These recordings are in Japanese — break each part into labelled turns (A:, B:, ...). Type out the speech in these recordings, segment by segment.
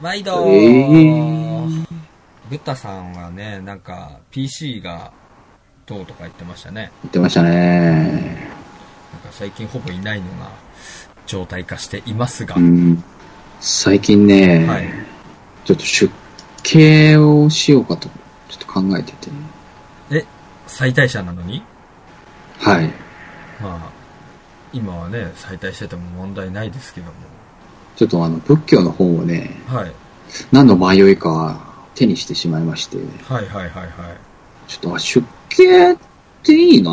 A: 毎度、
B: えー
A: ブタさんはね、なんか、PC が、どうとか言ってましたね。
B: 言ってましたね。
A: なんか最近ほぼいないのが、状態化していますが。
B: うん。最近ね、
A: はい。
B: ちょっと出家をしようかと、ちょっと考えてて。
A: え、最大者なのに
B: はい。
A: まあ、今はね、再退してても問題ないですけども。
B: ちょっとあの、仏教の本をね、
A: はい。
B: 何の迷いか手にしてしまいまして、
A: はいはいはいはい。
B: ちょっと、あ、出家っていいな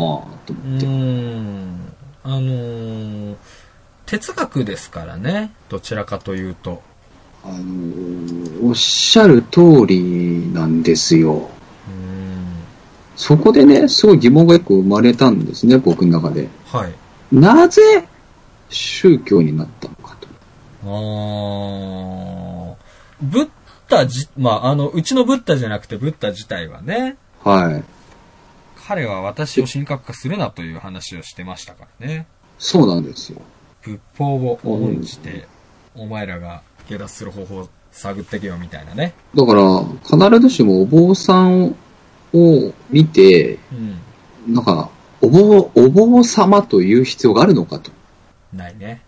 A: う
B: と思って。
A: ーん。あのー、哲学ですからね。どちらかというと。
B: あのーおっしゃる通りなんですよ。
A: うーん。
B: そこでね、すごい疑問が一個生まれたんですね、僕の中で。
A: はい。
B: なぜ宗教になったのかと。
A: あー。ブッダじ、まあ、あの、うちのブッダじゃなくてブッダ自体はね、
B: はい。
A: 彼は私を神格化するなという話をしてましたからね。
B: そうなんですよ。
A: 仏法を重んじて、お前らが下脱する方法を探ってけよみたいなね。
B: だから、必ずしもお坊さんを見て、
A: うん。
B: なんか、お坊、お坊様という必要があるのかと。
A: ないね。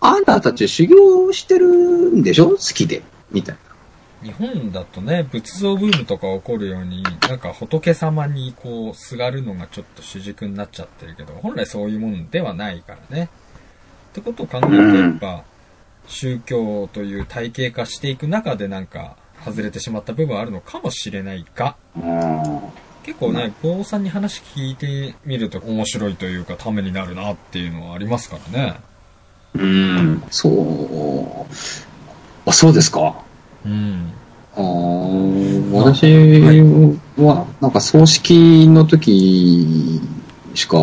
B: あんたたち修行してるんでしょ好きで。みたい
A: 日本だとね、仏像ブームとか起こるように、なんか仏様にこう、すがるのがちょっと主軸になっちゃってるけど、本来そういうものではないからね。ってことを考えて、やっぱ、宗教という体系化していく中でなんか、外れてしまった部分はあるのかもしれないが、
B: な。
A: 結構ね、坊さんに話聞いてみると面白いというか、ためになるなっていうのはありますからね。
B: うん。そう。あ、そうですか。
A: うん。
B: あー私は、なんか葬式の時しか、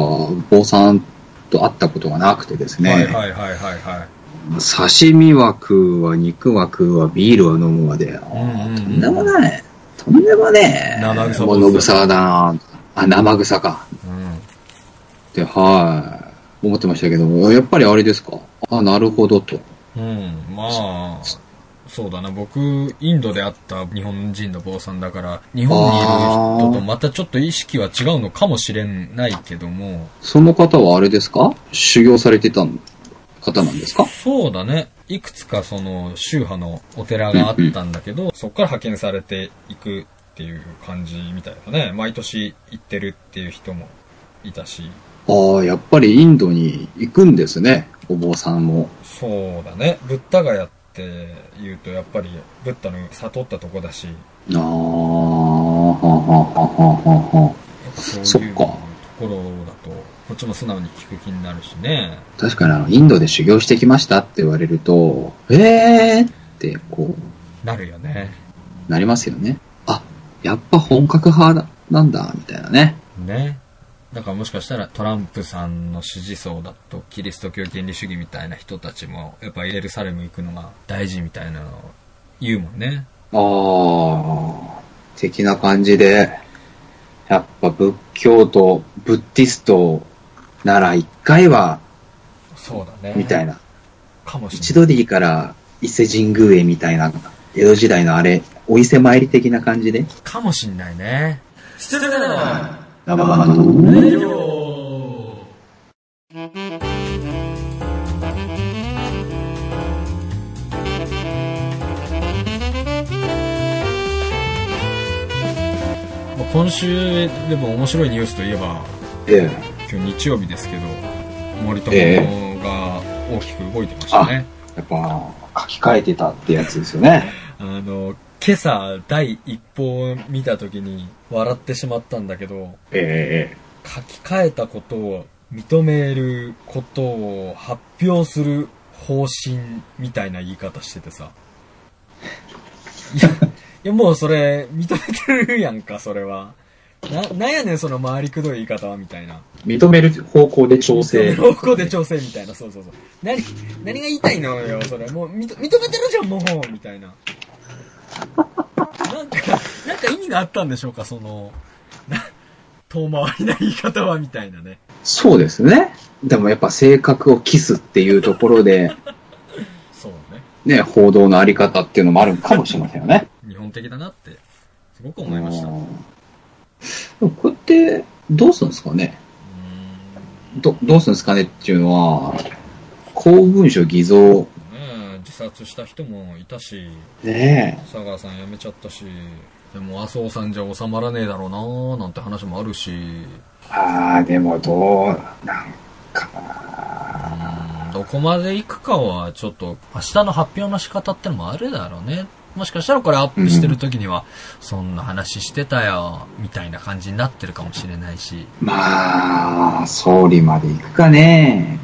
B: 坊さんと会ったことがなくてですね。
A: はいはいはいはいはい。
B: 刺身は食うわ、肉は食うわ、ビールは飲むわで、あー
A: うんうんうん
B: とんでもない。とんでもねえ。
A: 生臭坊主
B: 物臭だなあ、生臭か。
A: うん。
B: って、はい。思ってましたけども、やっぱりあれですか。あ、なるほどと。
A: うん、まあ、そうだな、僕、インドで会った日本人の坊さんだから、日本にいる人とまたちょっと意識は違うのかもしれないけども、
B: その方はあれですか修行されてた方なんですか
A: そうだね、いくつかその宗派のお寺があったんだけど、そこから派遣されていくっていう感じみたいだね。毎年行ってるっていう人もいたし、
B: ああ、やっぱりインドに行くんですね。お坊さんも。
A: そうだね、ブッダガヤって言うとやっぱりブッダの悟ったとこだし、や
B: ああ、はははははは。
A: っぱそ
B: そうっ
A: いうと
B: か
A: ころだと、こっちも素直に聞く気になるしね。
B: 確かにあの、インドで修行してきましたって言われると、えーって、こ
A: なるよね。
B: う、なりますよね。あ、やっぱ本格派だなんだ、みたいなね。
A: ね。だからもしかしたらトランプさんの支持層だとキリスト教原理主義みたいな人たちもやっぱエルサレム行くのが大事みたいなのを言うもんね。
B: あー、的な感じで、やっぱ仏教とブッディストなら一回は、
A: そうだね。
B: みたい
A: な。
B: な。
A: かもしれない。
B: 一度でいいから、伊勢神宮へみたいな、江戸時代のあれ、お伊勢参り的な感じで。
A: かもしんないね。失礼だ
B: 生々と
A: 今週でも面白いニュースといえば、
B: ええ
A: 今日日曜日ですけど、森友
B: え
A: が大きく動いてましたね。
B: やっぱ、書き換えてたってやつですよね。
A: あの、今朝第一報を見た時に笑ってしまったんだけど、
B: ええ
A: 書き換えたことを認めることを発表する方針みたいな言い方しててさ。いや、いやもうそれ認めてるやんか、それは。な、なんやねんその回りくどい言い方は、みたいな。
B: 認める方向で調
A: 方向で調整みたいな、そうそうそう。何、何が言いたいのよ、それ。もう、みと認めてるじゃん、もう、みたいな。なんか、なんか意味があったんでしょうか、その、な、遠回りな言い方は、みたいなね。
B: そうですね。でもやっぱ性格をキスっていうところで、
A: そうね。
B: ね、報道のあり方っていうのもあるかもしれませんよね。
A: 日本的だなって、すごく思いました。
B: あ
A: うーん
B: ーでもこれって、どうするんですかねどどうするんですかねっていうのは、公文書偽造。
A: ねえ自殺した人もいたし、
B: ねえ。
A: 佐川さん辞めちゃったし、でも麻生さんじゃ収まらねえだろうなーなんて話もあるし、
B: ああ、でもどう、なんかな。
A: どこまで行くかはちょっと明日の発表の仕方ってのもあるだろうね。もしかしたらこれアップしてる時には、そんな話してたよ、みたいな感じになってるかもしれないし。
B: まあ、総理まで行くかね。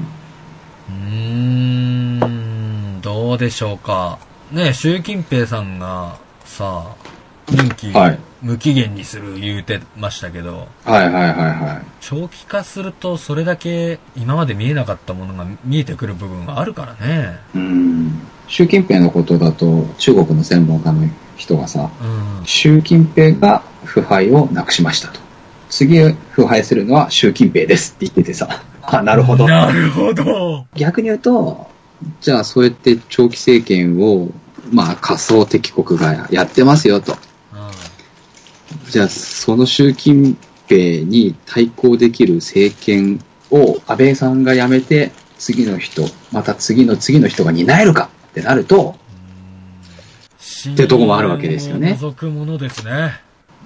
A: うーん、どうでしょうか。ねえ習近平さんがさ、任期
B: はい
A: 無期限にする言うてましたけど、
B: はいはいはいはい。
A: 長期化するとそれだけ今まで見えなかったものが見えてくる部分があるからね。
B: うん習近平のことだと中国の専門家の人がさ
A: うん。
B: 習近平が腐敗をなくしましたと次腐敗するのは習近平ですって言っててさあなるほど
A: なるほど。
B: 逆に言うとじゃあそうやって長期政権をまあ仮想敵国がやってますよと
A: うん
B: じゃあその習近平に対抗できる政権を安倍さんが辞めて次の人また次の次の人が担えるかってなると
A: って
B: いうとこもあるわけですよね
A: 覗くものですね。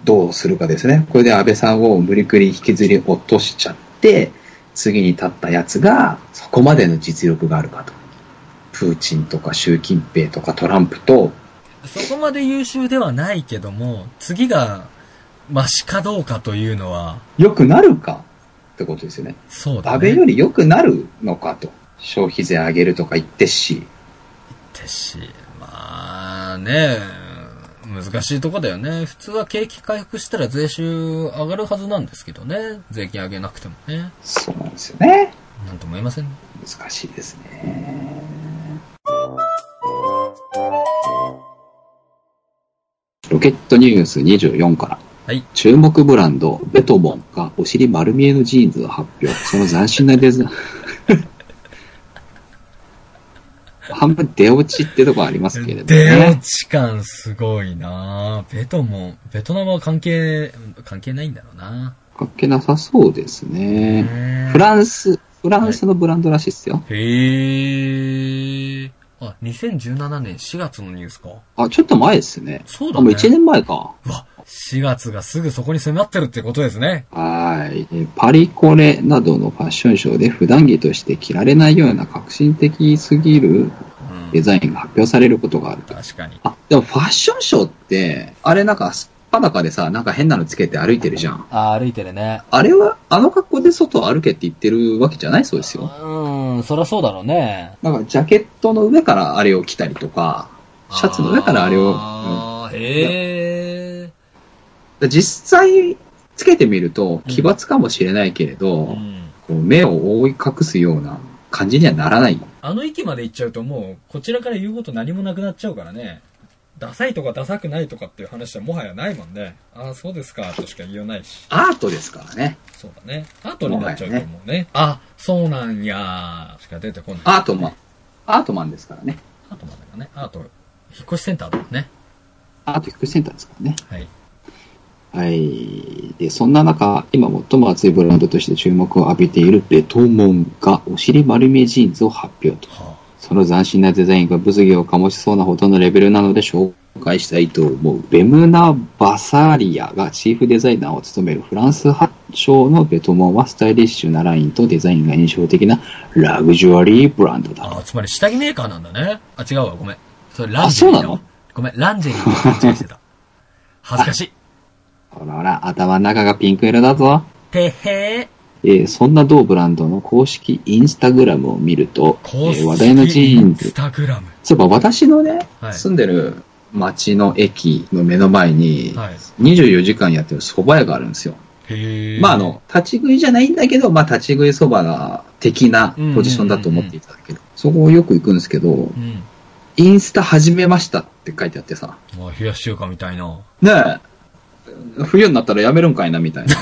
B: どうするかですね。これで安倍さんを無理くり引きずり落としちゃって、次に立ったやつが、そこまでの実力があるかと。プーチンとか習近平とかトランプと、
A: そこまで優秀ではないけども、次が、マシかどうかというのは、
B: 良くなるかってことですよね。
A: そうだね。
B: 安倍より良くなるのかと。消費税上げるとか言ってっし。
A: ってし、まあね、難しいとこだよね。普通は景気回復したら税収上がるはずなんですけどね。税金上げなくてもね。
B: そうなんですよね。
A: なんとも言いませんね。
B: 難しいですね。ロケットニュース24から。
A: はい。
B: 注目ブランド、ベトボンがお尻丸見えのジーンズを発表。その斬新なデザイン。 半分出落ちってとこありますけれど
A: 出落
B: ね。
A: ち感すごいなベトも、ベトナムは関係、関係ないんだろうな
B: かっけなさそうですね。フ
A: フ
B: ランス、フランスのブランドらしいっすよ。
A: へえ。あ、2017年4月のニュースか。
B: あ、ちょっと前ですね。
A: そう
B: あ
A: だ
B: もう
A: ね。
B: 1年前か。
A: うわ、4月がすぐそこに迫ってるってことですね。
B: はい。えーパリコレなどのファッションショーで普段着として着られないような革新的すぎる
A: う
B: デ
A: ん。
B: ザインが発表されることがあると。
A: 確かに。
B: あ、でもファッションショーって、あれなんかすっぱだかでさ、なんか変なのつけて歩いてるじゃん。
A: あ、歩いてるね。
B: あれは、あの格好で外を歩けって言ってるわけじゃないそうですよ。
A: うん、そりゃそうだろうね。
B: なんかジャケットの上からあれを着たりとか、シャツの上からあれを、うん
A: あーへえ。
B: 実際つけてみると奇抜かもしれないけれど、
A: うん。
B: こう目を覆い隠すような感じにはならない。
A: あの域まで行っちゃうともう、こちらから言うこと何もなくなっちゃうからね。ダサいとかダサくないとかっていう話はもはやないもんね。ああ、そうですか、としか言わないし。
B: アートですからね。
A: そうだね。アートになっちゃうと思うね。あ、そうなんやーしか出てこない。
B: アートマン。アートマンですからね。
A: アートなんだからね。アート、引っ越しセンターだもんね。
B: アート福祉センターですからね。
A: はい。
B: はい。で、そんな中、今最も熱いブランドとして注目を浴びているベトモンがお尻丸見えジーンズを発表と。
A: は
B: その斬新なデザインが物議を醸しそうなほどのレベルなので紹介したいと思う。ベムナ・バサリアがチーフデザイナーを務めるフランス発祥のベトモンはスタイリッシュなラインとデザインが印象的なラグジュアリーブランドだ。
A: あ、つまり下着メーカーなんだね。あ、違うわ、ごめん。それラン
B: あ
A: ジェ
B: そう
A: リー
B: な
A: だわ
B: の
A: ごめん、ランジェリーと勘違い してた。恥ずかしい。
B: ほらほら、頭の中がピンク色だぞ。
A: てへ
B: えーそんな同ブランドの公式インスタグラムを見ると、
A: ー。
B: えー話題のジーン
A: インス
B: ズ。
A: タグラム。
B: そういえば私のね、
A: はい
B: 住んでる町の駅の目の前に、
A: はい。
B: 24時間やってる蕎麦屋があるんですよ。
A: へー。
B: まああの、立ち食いじゃないんだけど、まあ立ち食い蕎麦が的なポジションだと思っていただける。そこをよく行くんですけど
A: う、ん。
B: インスタ始めましたって書いてあってさ、
A: まあ、冷やし中華みたいな。
B: ねえ、冬になったらやめるんかいなみたい な。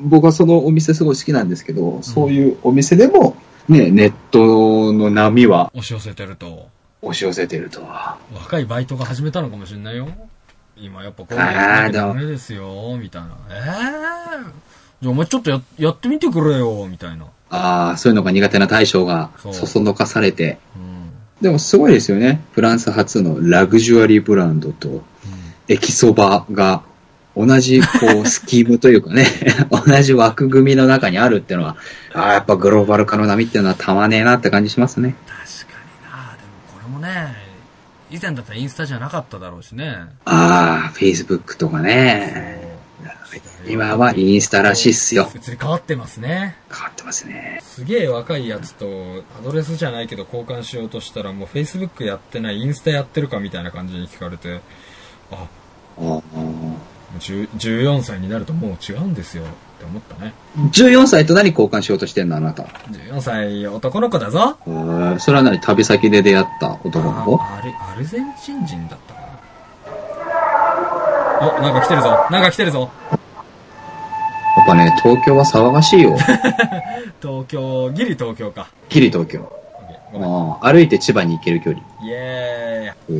B: 僕はそのお店すごい好きなんですけど、そういうお店でも、ね、ネットの波は
A: 押し寄せてると。
B: 押し寄せてるとは。
A: 若いバイトが始めたのかもしれないよ。今やっぱこういう
B: あー
A: のダメですよ、みたいな。ええー、じゃあお前ちょっとややってみてくれよ、みたいな。
B: ああ、そういうのが苦手な大将が
A: そう
B: そそのかされて。
A: うん。
B: でもすごいですよね。フランス初のラグジュアリーブランドと
A: うん
B: 駅そばが同じこうスキームとい うかね、同じ枠組みの中にあるっていうのは、ああ、やっぱグローバル化の波っていうのはたまねえなって感じしますね。
A: 確かになでもこれもね、以前だったらインスタじゃなかっただろうしね。
B: ああ、Facebook とかね。今はインスタらしいっすよ。
A: 移り変わってますね。
B: 変わってますね。
A: すげえ若いやつと、アドレスじゃないけど交換しようとしたら、もう Facebook やってない、インスタやってるかみたいな感じに聞かれて、あ、
B: ああ
A: 10 14歳になるともう違うんですよって思ったね。
B: 14歳と何交換しようとしてんのあなた。
A: 14歳男の子だぞ
B: えーそれは何旅先で出会った男の子
A: あアルアルゼンチン人だったかな。お、なんか来てるぞなんか来てるぞ
B: やっぱね、東京は騒がしい よ。
A: 東京、ギリ東京か。
B: きり東京。
A: オッケーごめん
B: あー歩いて千葉に行ける距離。
A: イエー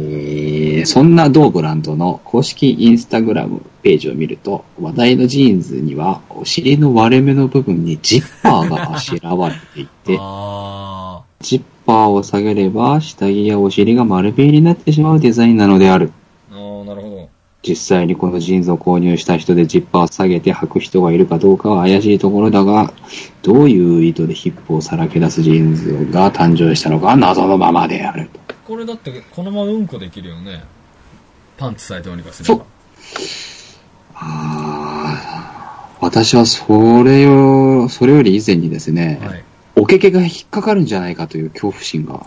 A: イ
B: えーそんな同ブランドの公式インスタグラムページを見ると、話題のジーンズには、お尻の割れ目の部分にジッパーがあしらわれていて、
A: あ
B: ジッパーを下げれば、下着やお尻が丸見えになってしまうデザインなのである。
A: ーあー、なるほ
B: 実際にこのジーンズを購入した人でジッパーを下げて履く人がいるかどうかは怪しいところだが、どういう意図でヒップをさらけ出すジーンズが誕生したのかは謎のままである。
A: ど。これだって、このままうんこできるよね。パンツさえどうにかすれば。
B: あー私はそれよ、それより以前にですね、
A: はい。
B: おけけが引っかかるんじゃないかという恐怖心が、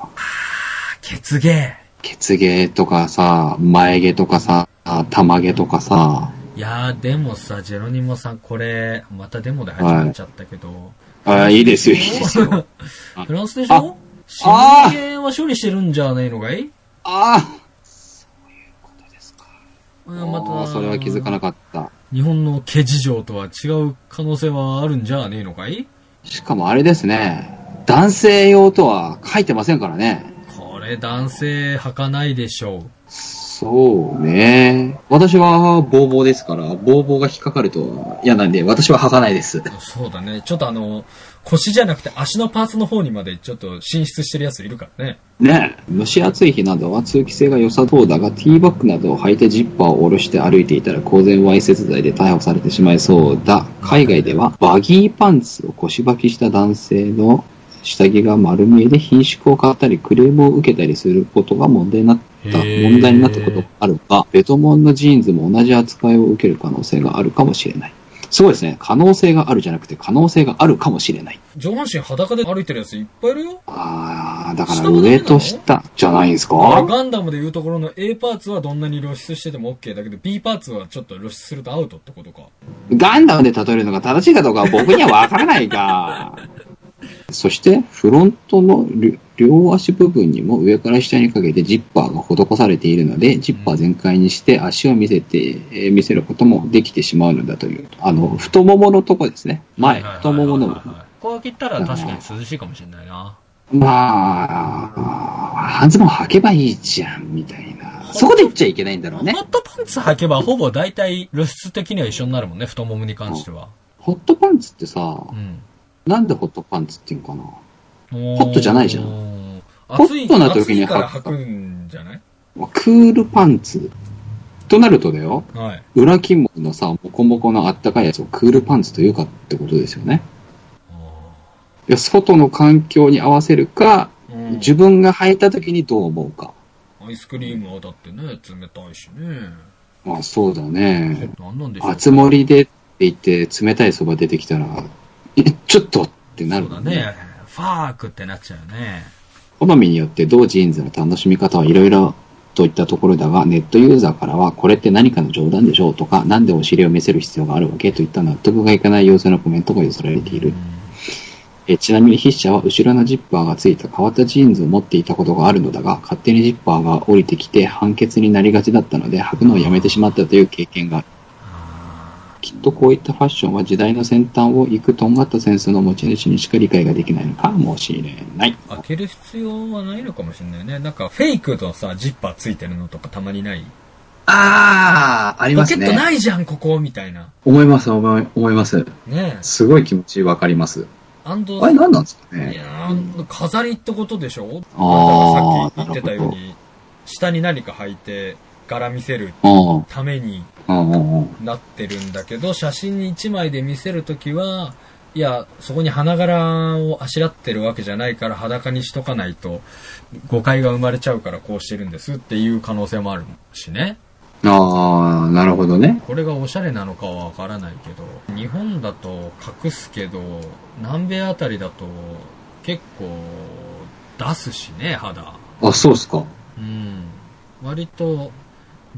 A: 血芸。
B: 血毛とかさ、前毛とかさ、玉毛とかさ、
A: いやー、でもさ、ジェロニモさん、これ、またデモで始まっちゃったけど。
B: あーいいですよ、いいですよ。
A: フランスでしょ死
B: あ
A: に芸は処理してるんじゃねえのかい
B: ああ
A: うんまた、
B: それは気づかなかった。
A: 日本の毛事情とは違う可能性はあるんじゃねえのかい
B: しかもあれですね、男性用とは書いてませんからね。
A: これ男性履かないでしょ
B: そうね。私はボーボーですから、ボーボーが引っかかると嫌なんで、私は履かないです。
A: う。そうだね。ちょっとあの、腰じゃなくて足のパーツの方にまでちょっと進出してるやついるからね。
B: ねえ蒸し暑い日などは通気性が良さそうだが、ティーバッグなどを履いてジッパーを下ろして歩いていたら公然わいせつ罪で逮捕されてしまいそうだ。海外ではバギーパンツを腰履きした男性の下着が丸見えで品縮を買ったりクレームを受けたりすることが問題になった、
A: へえ
B: 問題になったことがあるが、ベトモンのジーンズも同じ扱いを受ける可能性があるかもしれない。すごいですね。可能性があるじゃなくて可能性があるかもしれない。
A: 上半身裸で歩いてるやついっぱいいるよ。
B: あー、だから
A: 下も出て
B: 上
A: んの
B: と下じゃないんですか
A: ガンダムでいうところの A パーツはどんなに露出してても OK だけど B パーツはちょっと露出するとアウトってことか。
B: ガンダムで例えるのが正しいかどうかは僕にはわからないが。そして、フロントのり両足部分にも上から下にかけてジッパーが施されているので、ジッパー全開にして足を見せて、えー見せることもできてしまうのだという。あの、太もものとこですね。前、太ももの部分。
A: ここを切ったら確かに涼しいかもしれないな。
B: まあ、半ズボン履けばいいじゃん、みたいな。そこで言っちゃいけないんだろうね
A: ホ。ットパンツ履けばほぼ大体露出的には一緒になるもんね、太ももに関しては。
B: ホットパンツってさ
A: う、ん。
B: なんでホットパンツっていうのかな
A: ホ
B: ホットじゃないじゃん
A: ん。
B: ホ
A: 暑い
B: ットな時に
A: 暑いから
B: 履
A: 履
B: く
A: くんじゃない
B: クールパンツ。となるとだよ、
A: はい。
B: 裏金毛のさ、モコモコのあったかいやつをクールパンツというかってことですよね。いや外の環境に合わせるか、
A: うん
B: 自分が履いた時にどう思うか。
A: アイスクリームはだってね、冷たいしね。
B: まあそうだね。
A: なんなんでしょう。
B: 熱盛りでって言って冷たいそば出てきたら、えちょっとってな
A: そ
B: る
A: う
B: も
A: だ
B: んね
A: ね。ファークってなっちゃうよね。
B: 好みによって同ジーンズの楽しみ方はいろいろといったところだが、ネットユーザーからは、これって何かの冗談でしょうとか、なんでお尻を見せる必要があるわけといった納得がいかない様子のコメントが寄せられている。えちなみに筆者は後ろのジッパーがついた変わったジーンズを持っていたことがあるのだが、勝手にジッパーが降りてきて判決になりがちだったので、履くのをやめてしまったという経験がある。きっとこういったファッションは時代の先端を行くとんがったセンスの持ち主にしか理解ができないのかもしれない。
A: 開ける必要はないのかもしれないね。なんか、フェイクのさ、ジッパーついてるのとかたまにない
B: ああ、あり
A: ポ
B: ま
A: ケ
B: す
A: ット
B: ね。
A: ないじゃん、ここみたいな。
B: 思います、思い思います。
A: ねえ。
B: すごい気持ちわかります。
A: アンド
B: あれ何なんですか
A: い
B: ね
A: やー飾りってことでしょ
B: あー
A: だからさっき言ってたよう
B: な
A: に、下に何か履いて、柄見せる
B: うん。うん
A: ために
B: うんうん。
A: なってるんだけど、写真1枚で見せるときは、いや、そこに花柄をあしらってるわけじゃないから裸にしとかないと誤解が生まれちゃうからこうしてるんですっていう可能性もあるしね。
B: ああ、なるほどね。
A: これがおしゃれなのかはわからないけど、日本だと隠すけど、南米あたりだと結構出すしね、肌。
B: あ、そうっすか。
A: うん。割と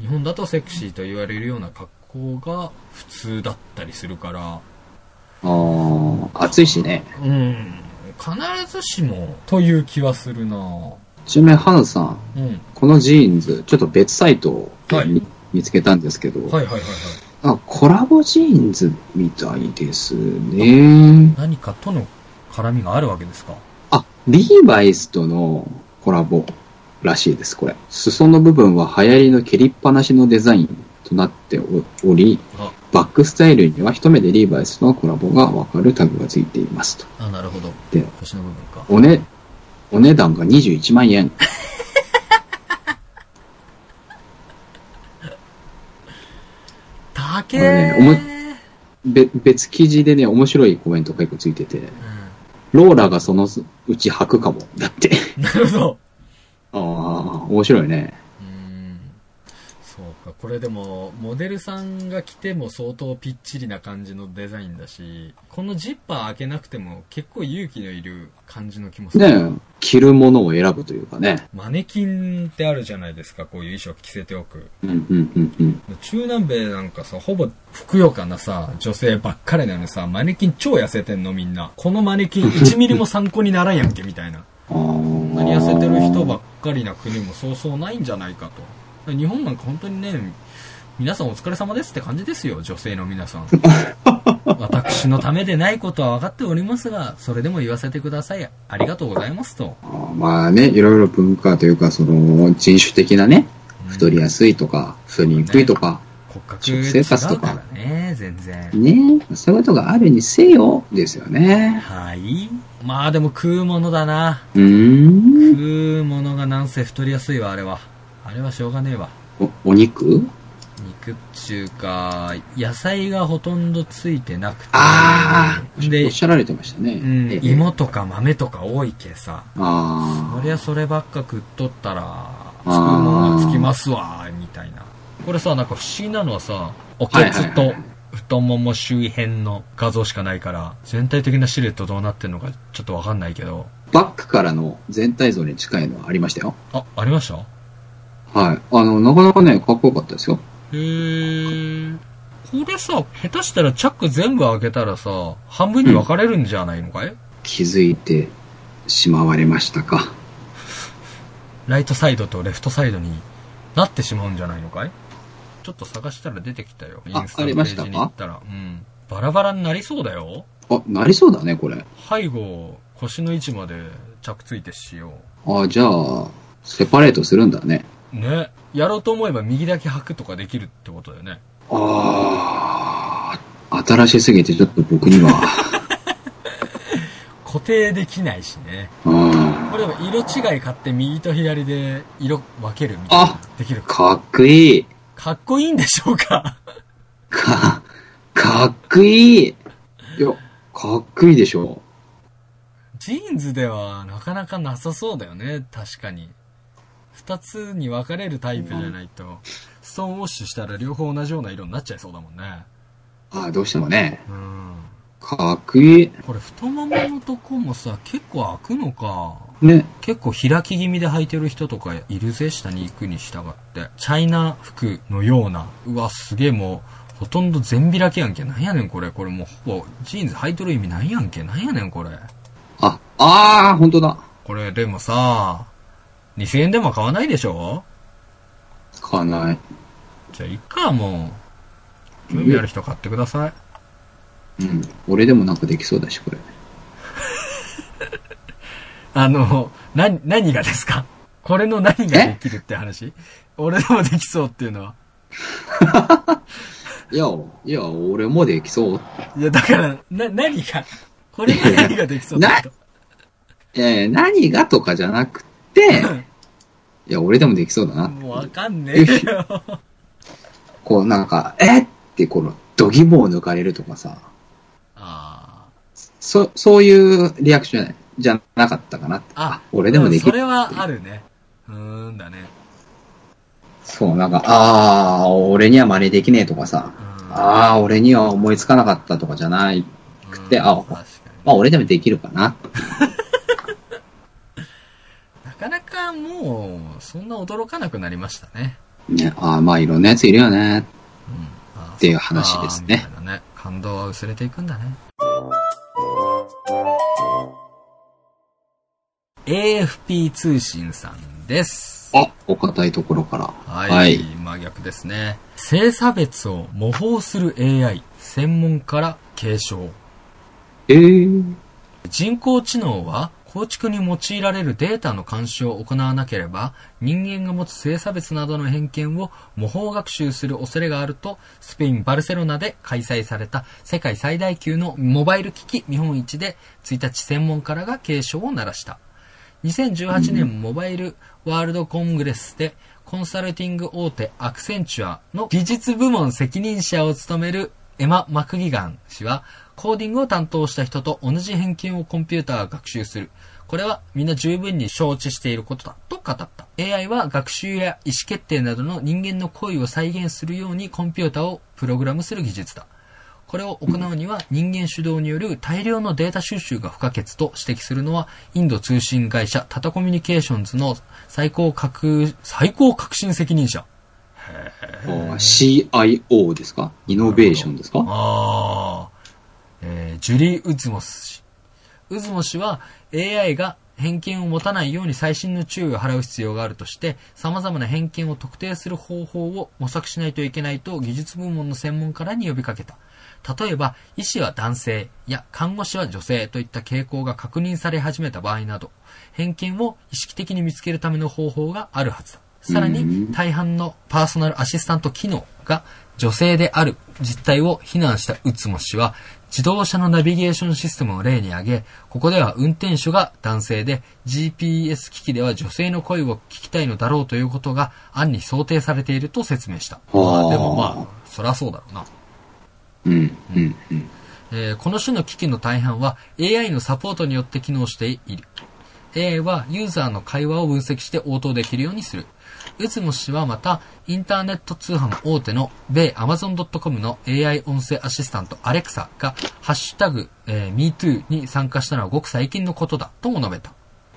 A: 日本だとセクシーと言われるような格好が普通だったりするから、
B: ああ、暑いしね。
A: うん。必ずしもという気はするな
B: ちなみに、花田さん、
A: うん。
B: このジーンズ、ちょっと別サイトで見,、
A: はい
B: つけたんですけど、
A: はいはいはいはい。
B: あコラボジーンズみたいですね。
A: 何かとの絡みがあるわけですか
B: あ、リーバイスとのコラボらしいです、これ。裾の部分は流行りの蹴りっぱなしのデザインとなっており、
A: あ、
B: バックスタイルには一目でリーバイスとのコラボがわかるタグがついていますと。
A: あ、なるほど。
B: で
A: 腰の部分か。
B: おね、お値段が21万円。
A: 高
B: これねおもべ別記事でね、面白いコメントが一個ついてて、
A: う
B: ローラがそのうち履くかも。だって。
A: んなるほど。
B: ああ、面白いね。
A: うーん。そうか。これでも、モデルさんが着ても相当ぴっちりな感じのデザインだし、このジッパー開けなくても結構勇気のいる感じの気もする。
B: ねえ着るものを選ぶというかね。
A: マネキンってあるじゃないですか、こういう衣装着せておく。
B: うん、うん、うん、うん。
A: 中南米なんかさ、ほぼふくよかなさ、女性ばっかりなのにさ、マネキン超痩せてんのみんな。このマネキン1ミリも参考にならんやんけ、みたいな。
B: あん
A: こんなに痩せてる人ばっかりな国もそうそうないんじゃないかと。日本なんか本当にね、皆さんお疲れ様ですって感じですよ、女性の皆 さん。私のためでないことは分かっておりますが、それでも言わせてください。ありがとうございますと。
B: まあね、いろいろ文化というか、その、人種的なね、太りやすいとか、太りにくいとか、
A: 骨格
B: 食
A: 違
B: 生活
A: う
B: と
A: か
B: から
A: ね、全然。
B: ねそういうことがあるにせよ、ですよね。
A: はい。まあでも食うものだな。
B: うーん。
A: 食うものがなんせ太りやすいわ、あれは。あれはしょうがねえわ。
B: お、お肉
A: 肉っちゅうか、野菜がほとんどついてなくて。
B: ああ、お
A: で
B: っ、しゃられてましたね。
A: うん
B: ええ、
A: 芋とか豆とか多いけさ。そ
B: あ
A: りゃそればっか食っとったら、つく
B: ー
A: もんはつきますわ、みたいな。これさ、なんか不思議なのはさ、おけつ
B: はい
A: と
B: はいはい
A: 太もも周辺の画像しかないから、全体的なシルエットどうなってんのかちょっとわかんないけど。
B: あ、バックからの全体像に近いのはありましたよ。
A: あ、ありました
B: はい。あの、なかなかね、かっこよかったですよ。
A: へー。これさ、下手したらチャック全部開けたらさ、半分に分かれるんじゃないのかい、
B: 気づいてしまわれましたか。
A: ライトサイドとレフトサイドになってしまうんじゃないのかいちょっと探したら出てきたよ。イ
B: あ
A: ンスタの
B: あ
A: ペ
B: りまし
A: ー
B: たか
A: ジに行ったら。うん。バラバラになりそうだよ。
B: あ、なりそうだね、これ。
A: 背後、腰の位置まで着ついてしよ
B: あ、じゃあ、セパレートするんだね。
A: う。ね。やろうと思えば右だけ履くとかできるってことだよね。
B: ああ、新しすぎてちょっと僕には。
A: 固定できないしね。
B: うん。
A: これでも色違い買って右と左で色分けるみたいな
B: あ。
A: できるか。
B: かっこいい。
A: かっこいいんでしょうか
B: か、かっこいい。いや、かっこいいでしょ。
A: ジーンズではなかなかなさそうだよね、確かに。二つに分かれるタイプじゃないと、ストーンウォッシュしたら両方同じような色になっちゃいそうだもんね。
B: あどうしてもね。
A: うん。
B: かっこいい。
A: これ太もものとこもさ、結構開くのか。
B: ね。
A: 結構開き気味で履いてる人とかいるぜ、下に行くに従って。チャイナ服のような。うわ、すげえもう、ほとんど全開きやんけ。なんやねんこれ。これもうほぼ、ジーンズ履いてる意味ないやんけ。なんやねんこれ。
B: あ、ああ、本当だ。
A: これでもさ、2000円でも買わないでしょ
B: 買わない。
A: じゃあ、いっか、もう。
C: 興味ある人買ってください。
B: うん。俺でもなんかできそうだし、これ。
A: あの、な、何がですかこれの何ができるって話俺でもできそうっていうのは。
B: いや、いや、俺もできそう。
A: いや、だから、な、何が、これの何ができそうだと。
B: えー、何がとかじゃなくて、いや、俺でもできそうだな。
A: もうわかんねえよ。
B: こうなんか、えってこの、度肝を抜かれるとかさ、
A: あ
B: そ、そういうリアクションじゃないじゃなかったかなって。
A: あ。あ、
B: 俺でもでき
A: そ
B: る
A: れはあるね。うーんだね。
B: そう、なんか、ああ、俺には真似できねえとかさ、
A: うん
B: ああ、俺には思いつかなかったとかじゃない。食って
A: うん
B: あ
A: 確か
B: まあ、俺でもできるかな。
A: に。なかなかもう、そんな驚かなくなりましたね。
B: ね、ああ、まあ、いろんなやついるよね。
A: うん。あ
B: っていう話ですね。
A: そっかみたいなね。感動は薄れていくんだね。AFP 通信さんです。
B: あ、お堅いところから。
A: はい、
B: はい
A: 真逆ですね。性差別を模倣する AI、専門から継承。
B: えー、
A: 人工知能は構築に用いられるデータの監視を行わなければ人間が持つ性差別などの偏見を模倣学習する恐れがあるとスペイン・バルセロナで開催された世界最大級のモバイル機器見本市で1日専門家らが警鐘を鳴らした2018年モバイルワールドコングレスでコンサルティング大手アクセンチュアの技術部門責任者を務めるエマ・マクギガン氏はコーディングを担当した人と同じ偏見をコンピューターが学習する。これはみんな十分に承知していることだと語った。AI は学習や意思決定などの人間の行為を再現するようにコンピューターをプログラムする技術だ。これを行うには人間主導による大量のデータ収集が不可欠と指摘するのはインド通信会社タタコミュニケーションズの最高革、最高革新責任者。
B: あー CIO ですかイノベーションですか
A: ああ、えージュリー・ウズモス氏。ウズモ氏は AI が偏見を持たないように細心の注意を払う必要があるとして、様々な偏見を特定する方法を模索しないといけないと技術部門の専門家らに呼びかけた。例えば、医師は男性や看護師は女性といった傾向が確認され始めた場合など、偏見を意識的に見つけるための方法があるはずだ。さらに、大半のパーソナルアシスタント機能が女性である実態を非難したウツモ氏は、自動車のナビゲーションシステムを例に挙げ、ここでは運転手が男性で、GPS 機器では女性の声を聞きたいのだろうということが、案に想定されていると説明した。まあ、でもまあ、そりゃそうだろうな。
B: うん、うん、うん。
A: えーこの種の機器の大半は AI のサポートによって機能している。AI はユーザーの会話を分析して応答できるようにする。うつも氏はまた、インターネット通販大手の米 Amazon.com の AI 音声アシスタント Alexa が、ハッシュタグ、えー MeToo に参加したのはごく最近のことだとも述べた。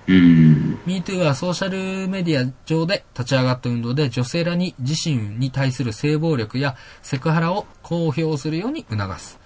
B: うん、
A: MeToo はソーシャルメディア上で立ち上がった運動で女性らに自身に対する性暴力やセクハラを公表するように促す。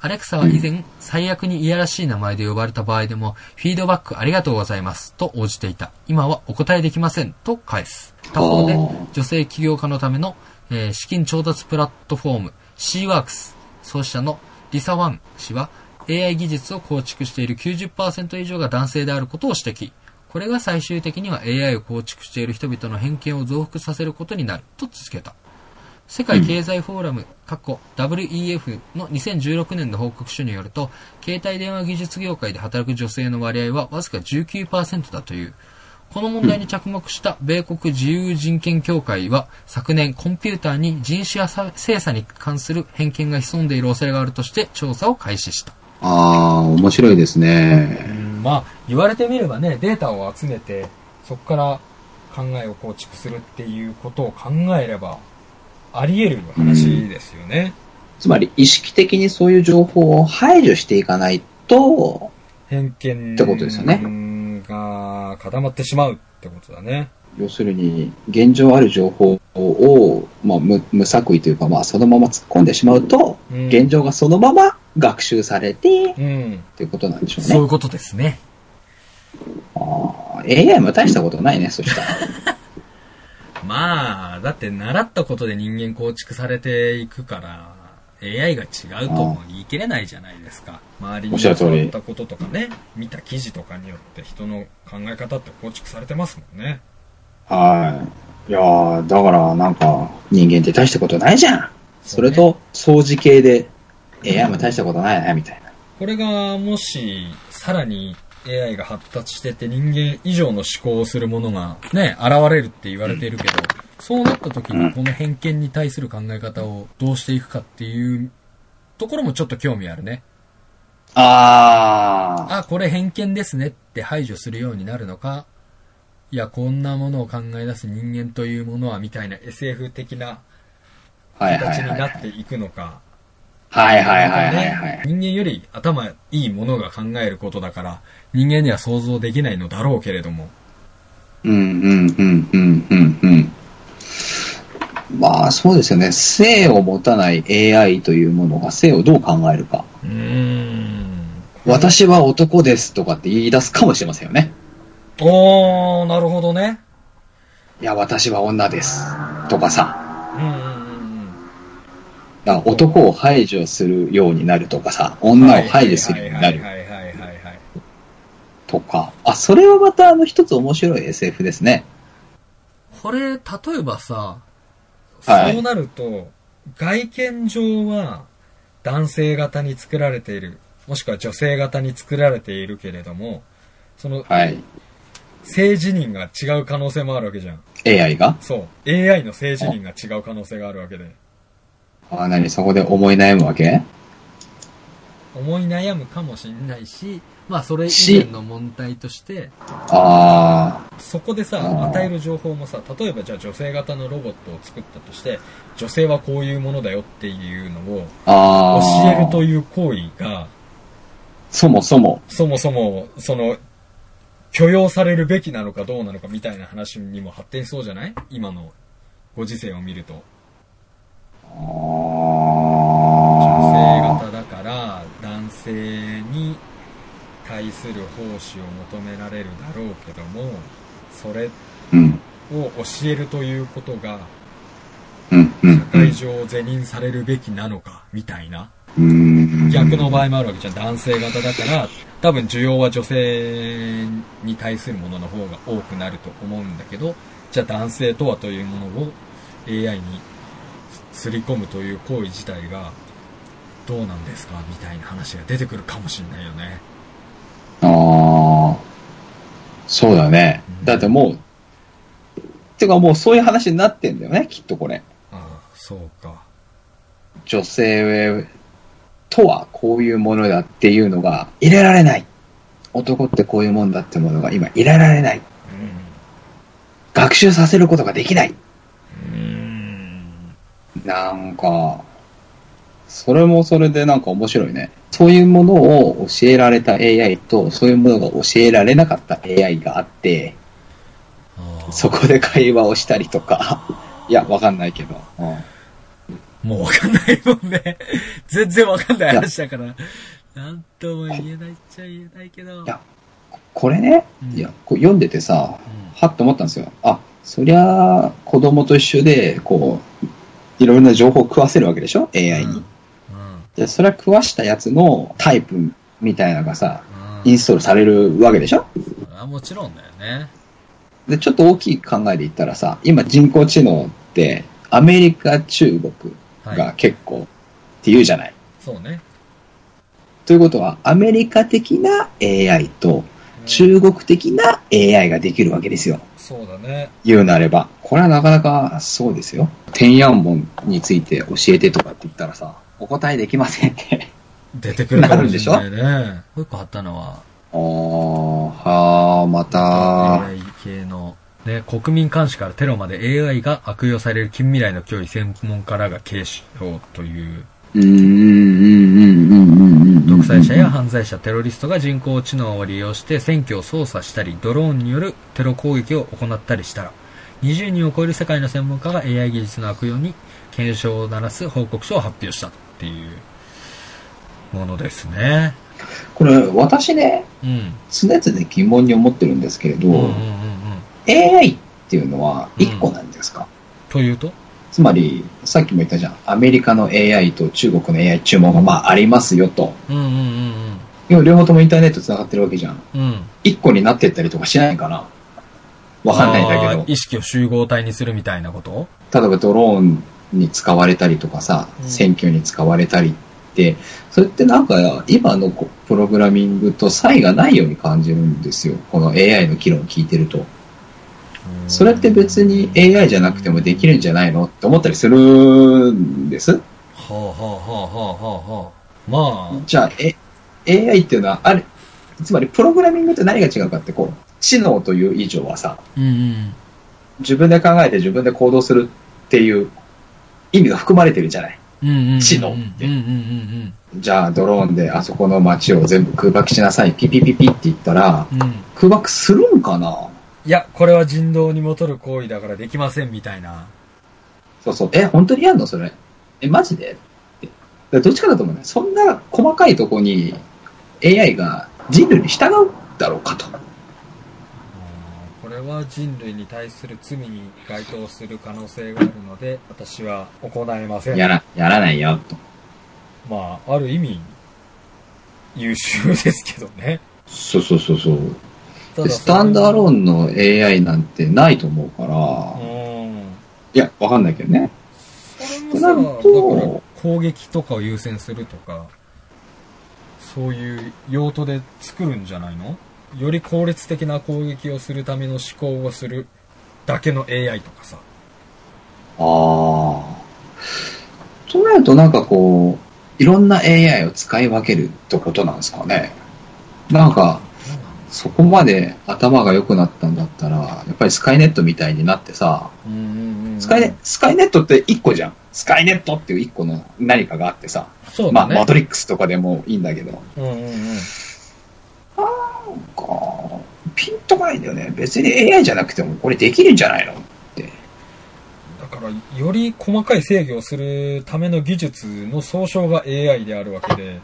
A: アレクサは以前、最悪にいやらしい名前で呼ばれた場合でも、フィードバックありがとうございますと応じていた。今はお答えできませんと返す。他方で
B: あー、
A: 女性起業家のための、えー資金調達プラットフォーム C-Works 創始者のリサ・ワン氏は AI 技術を構築している90%以上が男性であることを指摘。これが最終的には AI を構築している人々の偏見を増幅させることになると続けた。世界経済フォーラム、過去 WEF の2016年の報告書によると、携帯電話技術業界で働く女性の割合はわずか19%だという。この問題に着目した米国自由人権協会は、昨年コンピューターに人種やさ性差に関する偏見が潜んでいる恐れがあるとして調査を開始した。
B: ああ、面白いです
C: う
B: ね。
C: ん、まあ、言われてみればね、データを集めて、そこから考えを構築するっていうことを考えれば、あり得る話ですよね。
B: つまり、意識的にそういう情報を排除していかないと、
C: 偏見
B: ってことですよ
C: が固まってしまうってことだね。
B: 要するに、現状ある情報を、まあ、無無作為というか、まあ、そのまま突っ込んでしまうと、
C: うん
B: 現状がそのまま学習されて、っ
C: うん。
B: ていうことなんでしょう
A: そうい
B: ね
A: う。ことですね。
B: あー AI も大したことないね、そした ら。
C: まあ、だって習ったことで人間構築されていくから、
A: AI が違うとも言い切れないじゃないですか。周り
B: お
A: に
B: っしゃる通り
A: 教わったこととかね、見た記事とかによって人の考え方って構築されてますもんね。
B: はい。いやーだからなんか、人間って大したことないじゃんそれと、掃除系で、AI も大したことないな、みたいな。
A: これがもし、さらに AI が発達してって人間以上の思考をするものがね、現れるって言われているけど、そうなった時にこの偏見に対する考え方をどうしていくかっていうところもちょっと興味あるね。
B: あー。
C: あ、これ偏見ですねって排除するようになるのか、いや、こんなものを考え出す人間というものはみたいな
A: SF 的な
B: はいはい
A: 形に
B: はい。
A: なっていくのか。
B: はいはいはいはいは
A: ね
B: い。
A: 人間より頭いいものが考えることだから、人間には想像できないのだろうけれども。
B: うんうんうんうんうんうん。まあそうですよね。性を持たない AI というものが性をどう考えるか。
A: うーん。
B: 私は男ですとかって言い出すかもしれませんよね。
A: おー、なるほどね。
B: いや、私は女ですとかさ。
A: うんうんうんうん。
B: だから男を排除するようになるとかさ、女を排除するようになる
A: はいはいはいはいはいはいはい。
B: とか。あ、それはまたあの一つ面白い SF ですね。
C: これ、例えばさ、
B: はい
A: そうなると、外見上は男性型に作られている、もしくは女性型に作られているけれども、その
B: はい。
A: 性自認が違う可能性もあるわけじゃん。
B: AI が
A: そう。AI の性自認が違う可能性があるわけで。
B: あ、なにそこで思い悩むわけ
A: 思い悩むかもしんないし、
C: まあ、それ以前の問題として、
B: あ
A: そこで
B: うん
A: さ、与える情報もさ、例えばじゃあ女性型のロボットを作ったとして、女性はこういうものだよっていうのを
B: ー。あ
A: 教
B: ー。
A: えるという行為が、
B: そもそも。
A: そもそも、その、許容されるべきなのかどうなのかみたいな話にも発展しそうじゃない今のご時世を見ると。女
B: あ
A: 性型だから、男性に対する奉仕を求められるだろうけども、それ
B: ーうん。
A: を教えるということが、
B: うん。
A: 社
B: うん。う
A: 会
B: ん
A: 上是認されるべきなのか、みたいな。
B: うん。
A: 逆の場合もあるわけじゃん。男性型だから、多分需要は女性に対するものの方が多くなると思うんだけど、じゃあ男性とはというものを AI にすり込むという行為自体がどうなんですかみたいな話が出てくるかもしれないよね。
B: ああ。そうだね。だってもう、てかもうそういう話になってんだよね、きっとこれ。
A: ああ、そうか。
B: 女性とはこういうものだっていうのが入れられない。男ってこういうもんだってものが今入れられない。学習させることができない。
A: うん。うん。
B: なんか、それもそれでなんか面白いね。そういうものを教えられた AI と、そういうものが教えられなかった AI があって、
A: ああ
B: そこで会話をしたりとか。い や、わかんないけど。うん
C: もうわかんないもんね。 全然わかんない話だから。なんとも言えないっちゃ言えないけど。
B: いやこれね
C: う、ん
B: いや、こう読んでてさ、
C: うん
B: はっと思ったんですよ。あ、そりゃ、子供と一緒で、こう、いろいろな情報を食わせるわけでしょ ?AI に。
C: うん。
B: で、それは食わしたやつのタイプみたいなのがさ、
C: う
B: イ
C: ん。
B: ンストールされるわけでしょ
C: それはもちろんだよね。
B: で、ちょっと大きい考えで言ったらさ、今人工知能って、アメリカ、中国
C: はい。
B: が結構って言うじゃない。
A: そうね。
B: ということは、アメリカ的な AI と中国的な AI ができるわけですよ。
A: そうだね。
B: 言うなれば。これはなかなかそうですよ。天安門について教えてとかって言ったらさ、お答えできません って。
A: 出てくるかもしれないね。
C: もう一個あったのは、
B: あー、はー、また、
C: AI 系の、ね、国民監視からテロまで AI が悪用される近未来の脅威専門家らが警視庁という、
B: うん、うん、うん、うん、うん、うん。
C: 独裁者や犯罪者、テロリストが人工知能を利用して選挙を操作したり、ドローンによるテロ攻撃を行ったりしたら、20人を超える世界の専門家が AI 技術の悪用に警鐘を鳴らす報告書を発表したっていうものですね。
B: これ、私ね、
C: うん。
B: 常々疑問に思ってるんですけれど、
C: うんうんうんうん。
B: AI っていうのは1個なんですか、
C: というと
B: つまり、さっきも言ったじゃん、アメリカの AI と中国の AI 注文がまあありますよと。
C: うんうんうん
B: 要は両方ともインターネット繋がってるわけじゃん。
C: うん。うん。
B: 一個になってったりとかしないかなわかんないんだけ
C: あー
B: ど。
C: 意識を集合体にするみたいなこと
B: 例えばドローンに使われたりとかさ、
C: うん
B: 選挙に使われたりって、それってなんか今のこプログラミングと差異がないように感じるんですよ。この AI の議論を聞いてると。それって別に AI じゃなくてもできるんじゃないのって思ったりするんです。
C: はあはあはあはあはあはあ。ま
B: じゃあ、え、AI っていうのはある、つまりプログラミングって何が違うかってこう、知能という以上はさ、
C: あ。うんうん。
B: 自分で考えて自分で行動するっていう意味が含まれてるじゃない。
C: うんうんうんうん。
B: 知能
C: うん
B: っ
C: う
B: て
C: んうん
B: じゃあドローンであそこの街を全部空爆しなさい、ピピピピって言ったら、
C: うん。うん。
B: 空爆するんかない
C: や、これは人道にもとる行為だからできませんみたいな。
B: そうそう、え、本当にやんのそれ。え、マジでってだからどっちかだと思うね。そんな細かいとこに AI が人類に従うだろうかと。
C: あーこれは人類に対する罪に該当する可能性があるので、私は行えません。
B: やら、やらないよ、と。
C: まあ、ある意味、優秀ですけどね。
B: そうそうそうそう。
C: た
B: で
C: だ
B: スタンドアローン
C: ン。
B: の AI なんてないと思うから、
C: うん。
B: いや、わかんないけどね。
C: これも
B: とな
C: さ、
B: る
C: だ
B: と
C: から攻撃とかを優先するとか、そういう用途で作るんじゃないのより効率的な攻撃をするための思考をするだけの AI とかさ。
B: ああ。となるとなんかこう、いろんな AI を使い分けるってことなんですかね。なんか、そこまで頭が良くなったんだったら、やっぱりスカイネットみたいになってさ、
C: うんうんうん。
B: スカイネスカイネットって一個じゃん。スカイネットっていう一個の何かがあってさ、
C: そう
B: まあ、
C: だね。
B: マトリックスとかでもいいんだけど、なん
C: うんうんうん。
B: か、ピンとこないんだよね。別に AI じゃなくてもこれできるんじゃないのって。
C: だから、より細かい制御をするための技術の総称が AI であるわけで、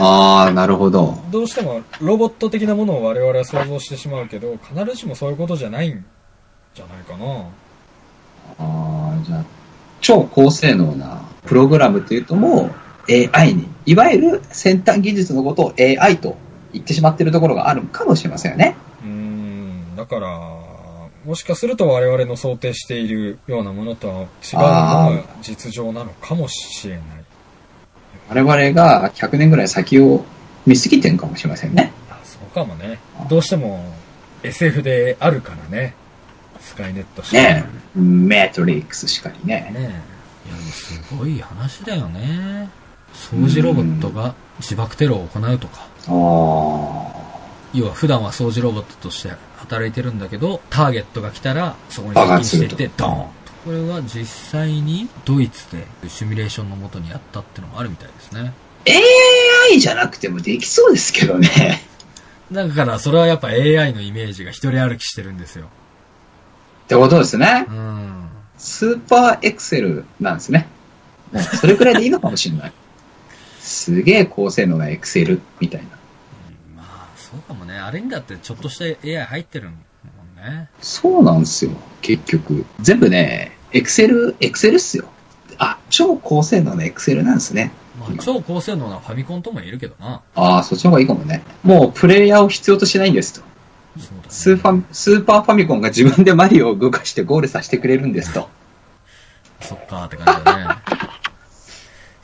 B: ああ、なるほど。
C: どうしてもロボット的なものを我々は想像してしまうけど、必ずしもそういうことじゃないんじゃないかな。
B: ああ、じゃあ、超高性能なプログラムというともう AI に、いわゆる先端技術のことを AI と言ってしまっているところがあるかもしれませんよね。
C: うーん、だから、もしかすると我々の想定しているようなものとは違うのが実情なのかもしれない。
B: 我々が100年ぐらい先を見過ぎてるかもしれませんね。
C: あそうかもね。どうしても SF であるからね。スカイネットしか
B: ねえ、メトリックスしかりね。
C: ねえいやでもすごい話だよね掃除ロボットが自爆テロを行うとか
B: ああ、
C: 要は普段は掃除ロボットとして働いてるんだけどターゲットが来たらそこに接
B: 爆
C: 近
B: 発す
C: して
B: る
C: いっ
B: と
C: てドーンとこれは実際にドイツでシミュレーションのもとにやったってのもあるみたいですね
B: AI じゃなくてもできそうですけどね。
C: だからそれはやっぱ AI のイメージが一人歩きしてるんですよ
B: ってことですね
C: う。ん
B: スーパーエクセルなんですね。もうそれくらいでいいのかもしれない。 すげえ高性能なエクセルみたいな。
C: まあそうかもねあれにだってちょっとした AI 入ってるもんね
B: そうなんですよ。結局。全部ね、エクセル、エクセルっすよ。あ、超高性能なエクセルなんですね。
C: まあ超高性能なファミコンともいるけどな
B: ああ、そっちの方がいいかもね。もうプレイヤーを必要としないんですと。
C: そうだね
B: スーファスーパーファミコンが自分でマリオを動かしてゴールさせてくれるんですと。
C: そっかーって感じだね。
B: あ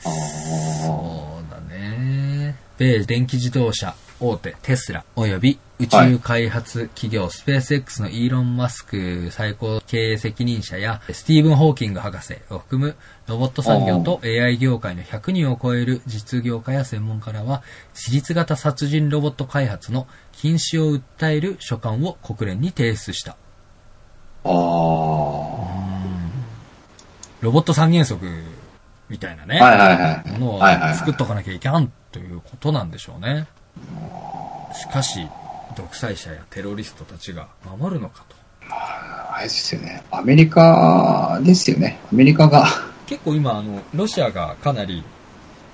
C: そうだね。米電気自動車大手テスラ及び宇宙開発企業スペース X のイーロン・マスク最高経営責任者やスティーブン・ホーキング博士を含むロボット産業と AI 業界の100人を超える実業家や専門家らは自立型殺人ロボット開発の禁止を訴える書簡を国連に提出した。
B: あー。
C: ロボット三原則みたいなね。
B: はいはいはい。
C: ものを
B: はいはいはい
C: 作っとかなきゃいかんということなんでしょうね。しかし、独裁者やテロリストたちが守るのかと。
B: あれですよね。アメリカですよね。アメリカが。
C: 結構今、あの、ロシアがかなり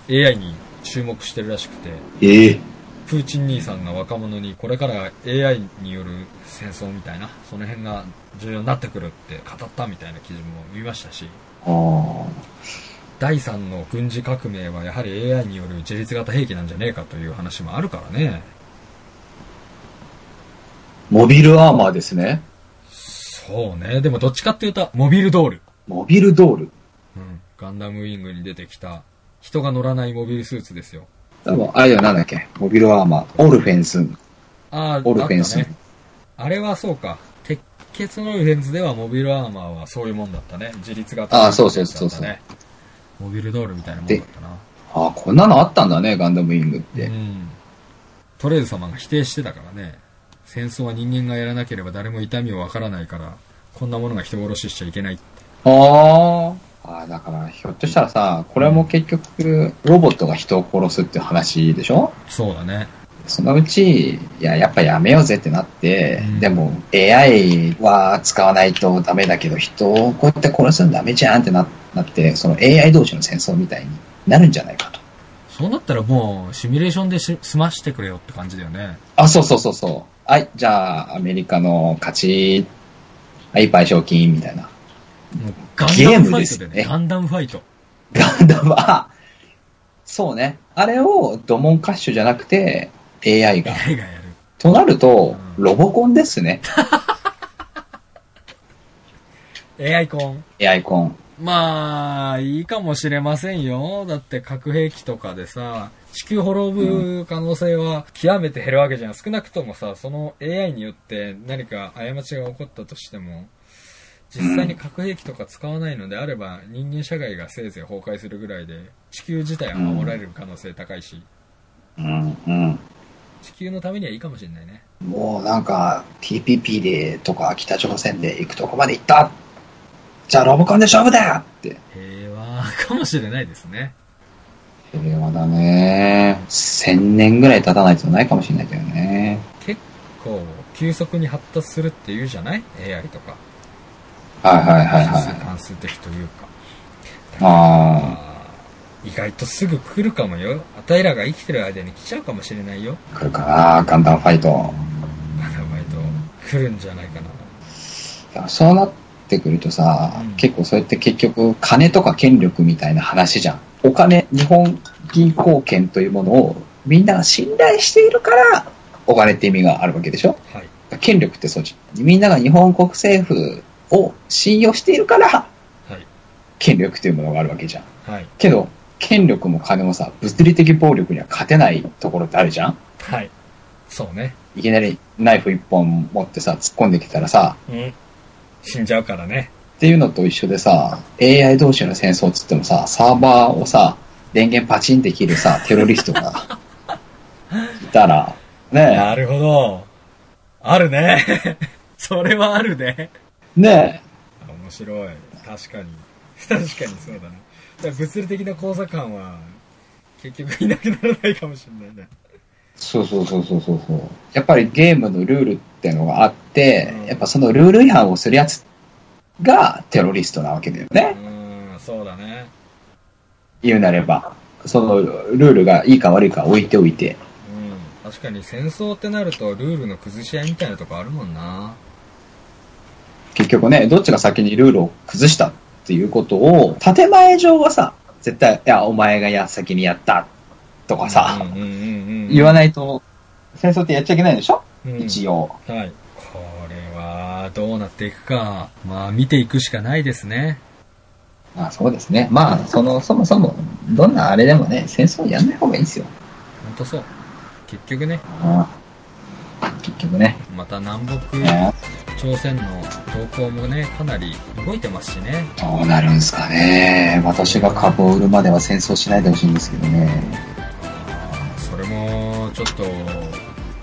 C: AI に注目してるらしくて、
B: ええ
C: プーチン兄さんが若者にこれから AI による戦争みたいな、その辺が重要になってくるって語ったみたいな記事も見ましたし、
B: あ
C: 第3の軍事革命はやはり AI による自立型兵器なんじゃねえかという話もあるからね。
B: モビルアーマーですね。
C: そうね。でもどっちかっていうと、モビルドール。
B: モビルドール。
C: うん。ガンダムウィングに出てきた、人が乗らないモビルスーツですよ。
B: 多分、あれはなんだっけモビルアーマー。オルフェンス。
C: ああ、
B: オルフェン
C: あ
B: ス。
C: ったね。あれはそうか。鉄血のオルフェンズではモビルアーマーはそういうもんだったね。自立型
B: あーそうそうそうそう
C: だったねモビルドールみたいなもんだったな。
B: ああ、こんなのあったんだね、ガンダムウィングって。
C: うん。トレーズ様が否定してたからね。戦争は人間がやらなければ誰も痛みをわからないから、こんなものが人殺ししちゃいけないって。
B: ああ。ああ、だから、ひょっとしたらさ、これも結局、ロボットが人を殺すっていう話でしょ
C: そうだね。
B: そのうち、いや、やっぱやめようぜってなって、
C: うん
B: でも、AI は使わないとダメだけど、人をこうやって殺すのダメじゃんってななって、その AI 同士の戦争みたいになるんじゃないかと。
C: そうなったらもう、シミュレーションでし済ましてくれよって感じだよね。
B: あ、そうそうそうそう。はい、じゃあ、アメリカの勝ち、はい、賠償金、みたいな。
C: もうガンダムファイトだ
B: ゲームです
C: よね。
B: ね
C: ガンダムファイト。
B: ガンダムは、そうね。あれをドモンカッシュじゃなくて、AI が。
C: AI がやる。
B: となると、
C: うん
B: ロボコンですね。
C: AI コン。
B: AI コン。
C: まあ、いいかもしれませんよ。だって核兵器とかでさ、地球滅ぶ可能性は極めて減るわけじゃん。少なくともさ、その AI によって何か過ちが起こったとしても、実際に核兵器とか使わないのであれば、人間社会がせいぜい崩壊するぐらいで、地球自体は守られる可能性高いし、
B: うん、うん。
C: 地球のためにはいいかもしれないね。
B: もうなんか、TPP でとか北朝鮮で行くとこまで行ったじゃあロボコンで勝負だって。
C: 平和かもしれないですね。
B: 平和だね。1000年ぐらい経たないとないかもしれないけどね。
C: 結構、急速に発達するっていうじゃない ?AI とか。
B: はいはいはい
C: 関数
B: はい。
C: 関数的というか。
B: あ
C: あー意外とすぐ来るかもよ。あたいらが生きてる間に来ちゃうかもしれないよ。
B: あ、来るかな、ガンダムファイト。
C: まだバイト、来るんじゃないかな。
B: いやそうなってくるとさ、
C: うん
B: 結構そうやって結局金とか権力みたいな話じゃん。お金、日本銀行券というものをみんなが信頼しているから、お金って意味があるわけでしょ
C: はい。
B: 権力ってそうじゃん。みんなが日本国政府を信用しているから、
C: はい。
B: 権力というものがあるわけじゃん。
C: はい。
B: けど、権力も金もさ、物理的暴力には勝てないところってあるじゃん
C: はい。そうね。
B: いきなりナイフ一本持ってさ、突っ込んできたらさ、
C: うん。死んじゃうからね。
B: っていうのと一緒でさ、AI 同士の戦争っつってもさ、サーバーをさ、電源パチンで切るさ、テロリストが、いたら、ね
C: なるほど。あるね。 それはあるね。
B: え、ね
C: あ面白い。確かに。確かにそうだね。だから物理的な交差感は、結局いなくならないかもしれないね。
B: え、そうそうそうそうそうそう。やっぱりゲームのルールってのがあって
C: うん、
B: やっぱそのルール違反をするやつがテロリストなわけだよ
C: う
B: ね。
C: ーん、そうだね。
B: 言うなれば。そのルールがいいか悪いか置いておいて。
C: うん、確かに戦争ってなるとルールの崩し合いみたいなとこあるもんな
B: 結局ね、どっちが先にルールを崩したっていうことを、建前上はさ、絶対、いや、お前がや、先にやった、とかさ、
C: うんうんうんうん、
B: 言わ
C: い、
B: ないと、戦争ってやっちゃいけないんでしょ、
C: うん、
B: 一応。
C: はいこれはどうなっていくかまあ見ていくしかないですね
B: まあそうですね。まあ、その、そもそも、どんなあれでもね、戦争やんない方がいいんですよ。
C: 本当そう結局ね
B: 結局ね。
C: また南北
B: ね
C: 朝鮮の動向もねかなり動いてますしね
B: どうなるんすかね。私が株を売るまでは戦争しないでほしいんですけどね。
C: それもちょっと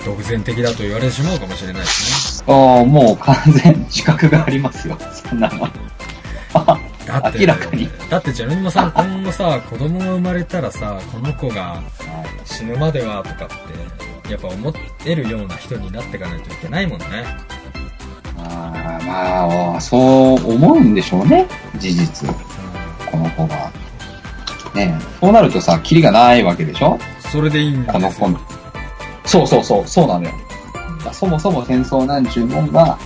C: 独善的だと言われてしまうかもしれないです
B: ああ、もう完全、資格がありますよ。 そんなのは。
C: ねだって
B: 明らかに
C: だって自分もさ今後さ子供が生まれたらさこの子が死ぬまではとかってやっぱ思えるような人になっていかないといけないもんね
B: あーまあ、そう思うんでしょうね、事実、この子が。ねえそうなるとさ、キリがないわけでしょ
C: それでいいんです
B: この子
C: よ
B: の。そうそうそう、そうなのよ。そもそも戦争なんちゅうもんが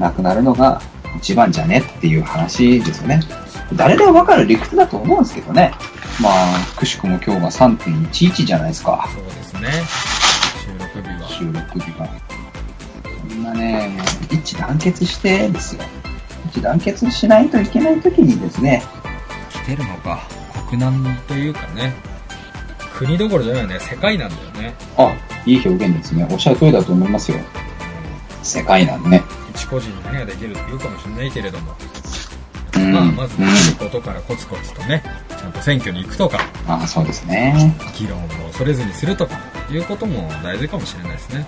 B: なくなるのが一番じゃねっていう話ですよね。
C: そう
B: 誰でもわかる理屈だと思うんですけどね。まあ、くしくも今日が3.11じゃないですか。
C: そうですね。収録日は。
B: 収録日が。そんなね、もう一致団結してですよ。一致団結しないといけないときにですね、
D: 来てるのか。国難
C: というかね、国どころじゃないよね、世界なんだよね。
B: あ、いい表現ですね。おっしゃる通りだと思いますよ。世界なんでね。
C: 一個人に何ができるって言うかもしれないけれども、
B: うん。
C: まあ、まず
B: う
C: で
B: ん
C: きることからコツコツとね、ちゃんと選挙に行くとか、
B: あそうですね。
C: 議論を恐れずにするとか、いうことも大事かもしれないですね。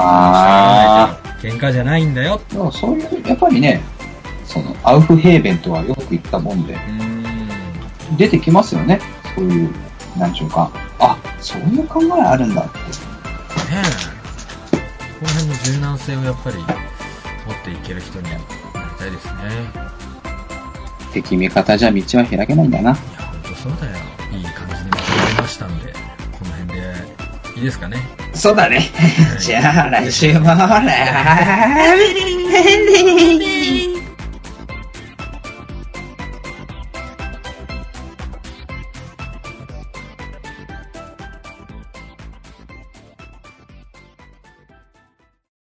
B: ああ。
C: 喧嘩じゃないんだよ。
B: でもそういう、やっぱりね、その、アウフヘーベンとはよく言ったもんで、
C: うーん。
B: 出てきますよね。そういう、なんちゅうか、あ、そういう考えあるんだって。
C: ねえこの辺の柔軟性をやっぱり持っていける人になりたいですね
B: 敵味方じゃ道は開けないんだな。
C: いや本当そうだよいい感じにまとまりましたんでこの辺でいいですかね
B: そうだ ね。
C: じ
B: ゃあ、来週もほら。